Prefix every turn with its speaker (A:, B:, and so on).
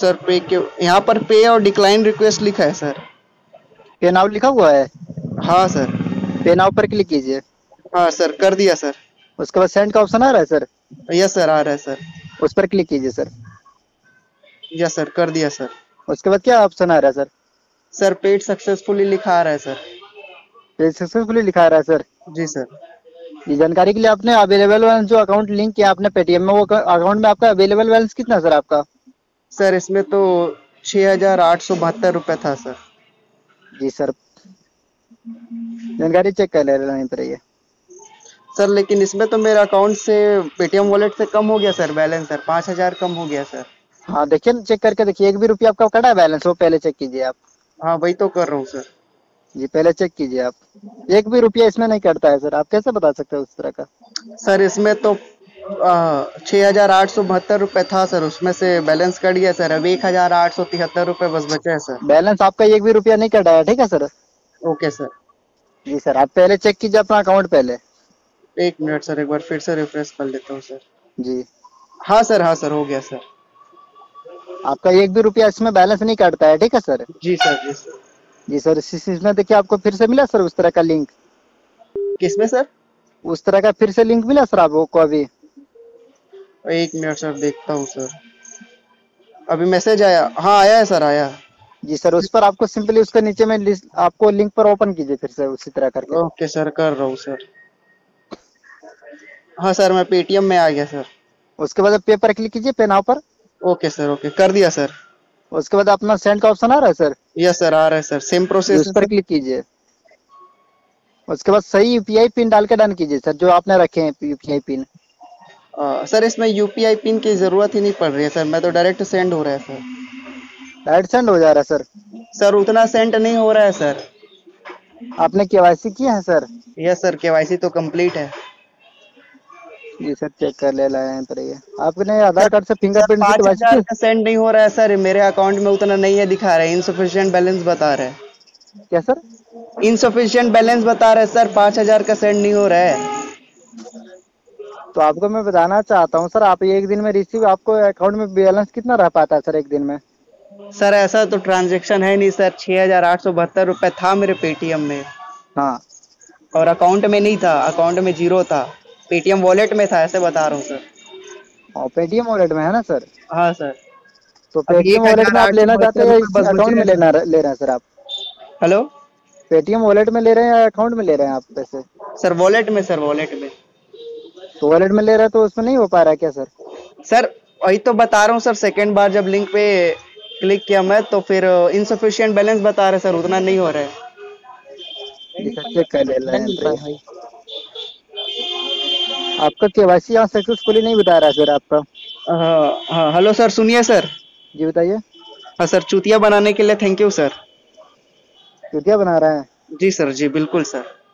A: Sir pay के यहाँ पर पे और डिक्लाइन रिक्वेस्ट लिखा है सर
B: पे नाउ लिखा हुआ है
A: हाँ सर
B: पे नाउ पर क्लिक कीजिए
A: हाँ सर कर दिया सर
B: उसके बाद सेंड का ऑप्शन आ रहा है सर
A: यस सर आ रहा है सर
B: उस पर क्लिक कीजिए सर
A: यस सर कर दिया सर
B: उसके बाद क्या ऑप्शन आ रहा है सर
A: सर पेड सक्सेसफुली लिखा आ रहा है सर
B: ये सक्सेसफुली लिखा आ रहा है सर
A: जी सर
B: ये जानकारी के लिए आपने अवेलेबल बैलेंस जो अकाउंट लिंक किया आपने पेटीएम में वो अकाउंट में आपका अवेलेबल बैलेंस कितना है सर आपका
A: सर इसमें तो छः हजार आठ सौ बहत्तर रुपये था सर
B: जी सर जानकारी चेक कर ले लेना पर ये
A: सर लेकिन इसमें तो मेरा अकाउंट से पेटीएम वॉलेट से कम हो गया सर बैलेंस सर पाँच हजार कम हो गया सर
B: हाँ देखिए ना चेक करके देखिए एक भी रुपया आपका कटा है बैलेंस वो पहले चेक कीजिए आप
A: हाँ वही तो कर रहा हूँ सर
B: जी पहले चेक कीजिए आप एक भी रुपया इसमें नहीं कटता है सर आप कैसे बता सकते हो उस तरह का
A: सर इसमें तो छः हजार आठ सौ बहत्तर रुपये था सर उसमें से बैलेंस कट गया सर अब एक हजार आठ सौ तिहत्तर रुपये बस बचे हैं सर
B: बैलेंस आपका एक भी रुपया नहीं कटा है ठीक है सर
A: ओके सर
B: जी सर आप पहले चेक कीजिए अपना अकाउंट पहले
A: एक मिनट सर एक बार फिर से रिफ्रेश कर लेता हूँ सर
B: जी
A: हाँ सर हाँ सर हो गया सर
B: आपका एक भी रुपया इसमें बैलेंस नहीं कटता है ठीक है सर
A: जी सर जी सर
B: जी सर इस इस- इसमें देखिए आपको फिर से मिला सर उस तरह का लिंक
A: किसमें सर
B: उस तरह का फिर से लिंक मिला सर आपको अभी
A: एक मिनट सर देखता हूँ सर अभी मैसेज आया हाँ आया है सर आया है
B: जी सर उस पर आपको सिंपली उसके नीचे में लिस्ट आपको लिंक पर ओपन कीजिए फिर से उसी तरह करके
A: ओके सर कर रहा हूँ सर हाँ सर मैं पेटीएम में आ गया सर
B: उसके बाद पे पर क्लिक कीजिए पे नाउ पर
A: ओके सर ओके कर दिया सर
B: उसके बाद अपना सेंड का ऑप्शन आ रहा है सर
A: यस सर आ रहा है सर सेम
B: जी,
A: प्रोसेस
B: उस पर क्लिक कीजिए उसके बाद सही यूपीआई पिन डाल के डन कीजिए सर जो आपने रखे हैं यूपीआई पिन
A: सर इसमें यूपीआई पिन की जरूरत ही नहीं पड़ रही है सर मैं तो डायरेक्ट सेंड हो रहा है सर
B: डायरेक्ट सेंड हो जा रहा है सर
A: सर उतना सेंड नहीं हो रहा है सर
B: आपने केवाईसी किया है सर
A: यस सर केवाईसी तो कंप्लीट है
B: जी सर चेक कर ले लाए हैं पर ये आपने आधार कार्ड से फिंगरप्रिंट
A: पाँच
B: की KYC
A: हजार
B: की?
A: का सेंड नहीं हो रहा है सर मेरे अकाउंट में उतना नहीं है दिखा रहा है इनसफिशियंट बैलेंस बता रहा है
B: क्या सर
A: इनसफिशियंट बैलेंस बता रहा है सर पाँच हजार का सेंड नहीं हो रहा है
B: तो आपको मैं बताना चाहता हूँ सर आप ये एक दिन में रिसीव आपको अकाउंट में बैलेंस कितना रह पाता है सर एक दिन में
A: सर ऐसा तो ट्रांजेक्शन है नहीं सर छः हजार आठ सौ बहत्तर रुपये था मेरे पेटीएम में
B: हाँ
A: और अकाउंट में नहीं था अकाउंट में जीरो था पेटीएम वॉलेट में था ऐसे बता रहा हूँ सर
B: और पेटीएम वॉलेट में है ना सर
A: हाँ सर
B: तो
A: अब ये
B: पेटीएम
A: क्या
B: वॉलेट में आप
A: कराटे
B: लेना
A: में
B: चाहते हैं या
A: बस बचे
B: अकाउंट में
A: हैं?
B: लेना ले रहे हैं सर आप
A: हेलो
B: पेटीएम वॉलेट में ले रहे हैं या अकाउंट में ले रहे हैं आप पैसे
A: सर वॉलेट में सर वॉलेट में
B: तो वॉलेट में ले रहे हैं तो उसमें नहीं हो पा रहा है क्या सर
A: सर वही तो बता रहा हूँ सर सेकेंड बार जब लिंक पे क्लिक किया मैं तो फिर इनसफिशियंट बैलेंस बता रहे सर उतना नहीं हो रहा है
B: जी सर चेक कर ले रहे हैं सर ये। आपका केवाईसी यहाँ सक्सेसफुली नहीं बता रहा है सर आपका
A: हाँ हाँ हेलो सर सुनिए सर
B: जी बताइए
A: हाँ सर चूतिया बनाने के लिए थैंक यू सर
B: तो क्या बना रहा है
A: जी सर जी बिल्कुल सर